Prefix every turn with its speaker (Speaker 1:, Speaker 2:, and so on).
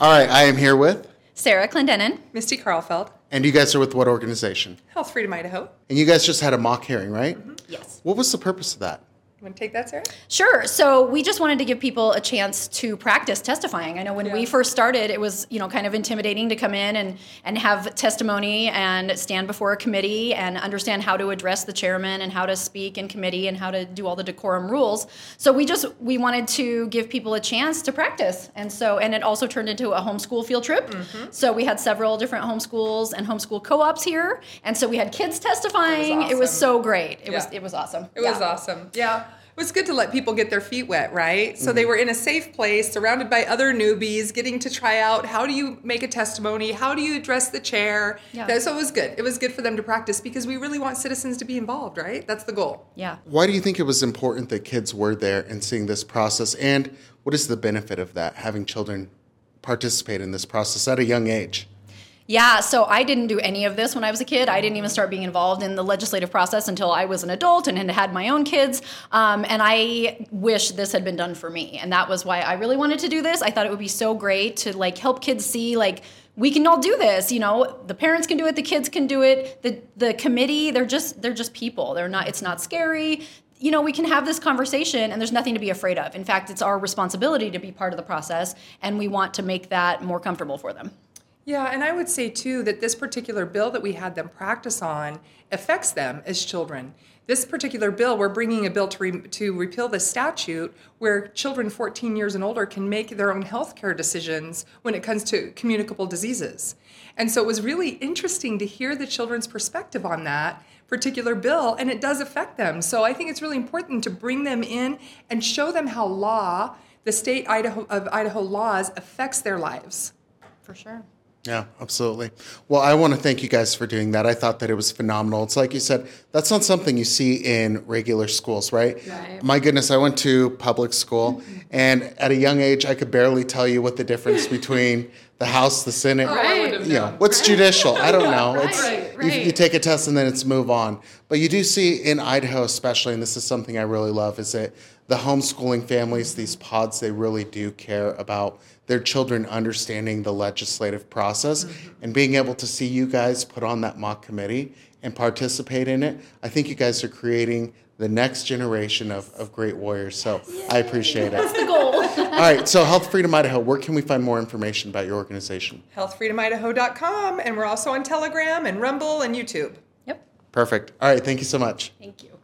Speaker 1: All right, I am here with,
Speaker 2: Sarah Clendenin.
Speaker 3: Misty Carlfeld,
Speaker 1: and you guys are with what organization?
Speaker 3: Health Freedom Idaho.
Speaker 1: And you guys just had a mock hearing, right?
Speaker 2: Yes.
Speaker 1: What was the purpose of that?
Speaker 3: You want to take that, Sarah?
Speaker 2: Sure. So we just wanted to give people a chance to practice testifying. I know when we
Speaker 3: Yeah.
Speaker 2: first started, it was you know kind of intimidating to come in and and have testimony and stand before a committee and understand how to address the chairman and how to speak in committee and how to do all the decorum rules. So we just we wanted to give people a chance to practice, and so and it also turned into a homeschool field trip.
Speaker 3: Mm-hmm.
Speaker 2: So we had several different homeschools and homeschool co-ops here, and so we had kids testifying. It was
Speaker 3: awesome.
Speaker 2: so great. It was
Speaker 3: Yeah.
Speaker 2: it was awesome.
Speaker 3: It was
Speaker 2: Yeah.
Speaker 3: awesome. Yeah. It was good to let people get their feet wet, right? So
Speaker 2: Mm-hmm.
Speaker 3: they were in a safe place, surrounded by other newbies, getting to try out how do you make a testimony? How do you address the chair?
Speaker 2: Yeah.
Speaker 3: That- So it was good. It was good for them to practice because we really want citizens to be involved, right? That's the goal.
Speaker 2: Yeah.
Speaker 1: Why do you think it was important that kids were there and seeing this process? And what is the benefit of that, having children participate in this process at a young age?
Speaker 2: Yeah, so I didn't do any of this when I was a kid. I didn't even start being involved in the legislative process until I was an adult and had had my own kids. Um, and I wish this had been done for me, and that was why I really wanted to do this. I thought it would be so great to like help kids see like we can all do this. You know, the parents can do it, the kids can do it, the the committee. They're just they're just people. They're not. It's not scary. You know, we can have this conversation and there's nothing to be afraid of. In fact, it's our responsibility to be part of the process, and we want to make that more comfortable for them.
Speaker 3: Yeah, and I would say too that this particular bill that we had them practice on affects them as children. This particular bill, we're bringing a bill to, re- to repeal the statute where children 14 years and older can make their own health care decisions when it comes to communicable diseases. And so it was really interesting to hear the children's perspective on that particular bill, and it does affect them. So I think it's really important to bring them in and show them how law, the state Idaho, of Idaho laws, affects their lives.
Speaker 2: For sure.
Speaker 1: Yeah, absolutely. Well, I want to thank you guys for doing that. I thought that it was phenomenal. It's like you said, that's not something you see in regular schools, right? My goodness, I went to public school, and at a young age, I could barely tell you what the difference between the House, the Senate, you know, what's judicial? I don't know. It's,
Speaker 4: Right,
Speaker 1: you- You,
Speaker 4: right.
Speaker 1: take a test and then it's move on. But you do see in Idaho, especially, and this is something I really love, is that the homeschooling families, these pods, they really do care about their children understanding the legislative process and being able to see you guys put on that mock committee and participate in it. I think you guys are creating the next generation of, of great warriors. So I appreciate it.
Speaker 2: The goal.
Speaker 1: All right. So, Health Freedom Idaho, where can we find more information about your organization?
Speaker 3: healthfreedomidaho.com, and we're also on Telegram and Rumble and YouTube.
Speaker 2: yep.
Speaker 1: Perfect. All right. Thank you so much.
Speaker 2: Thank you.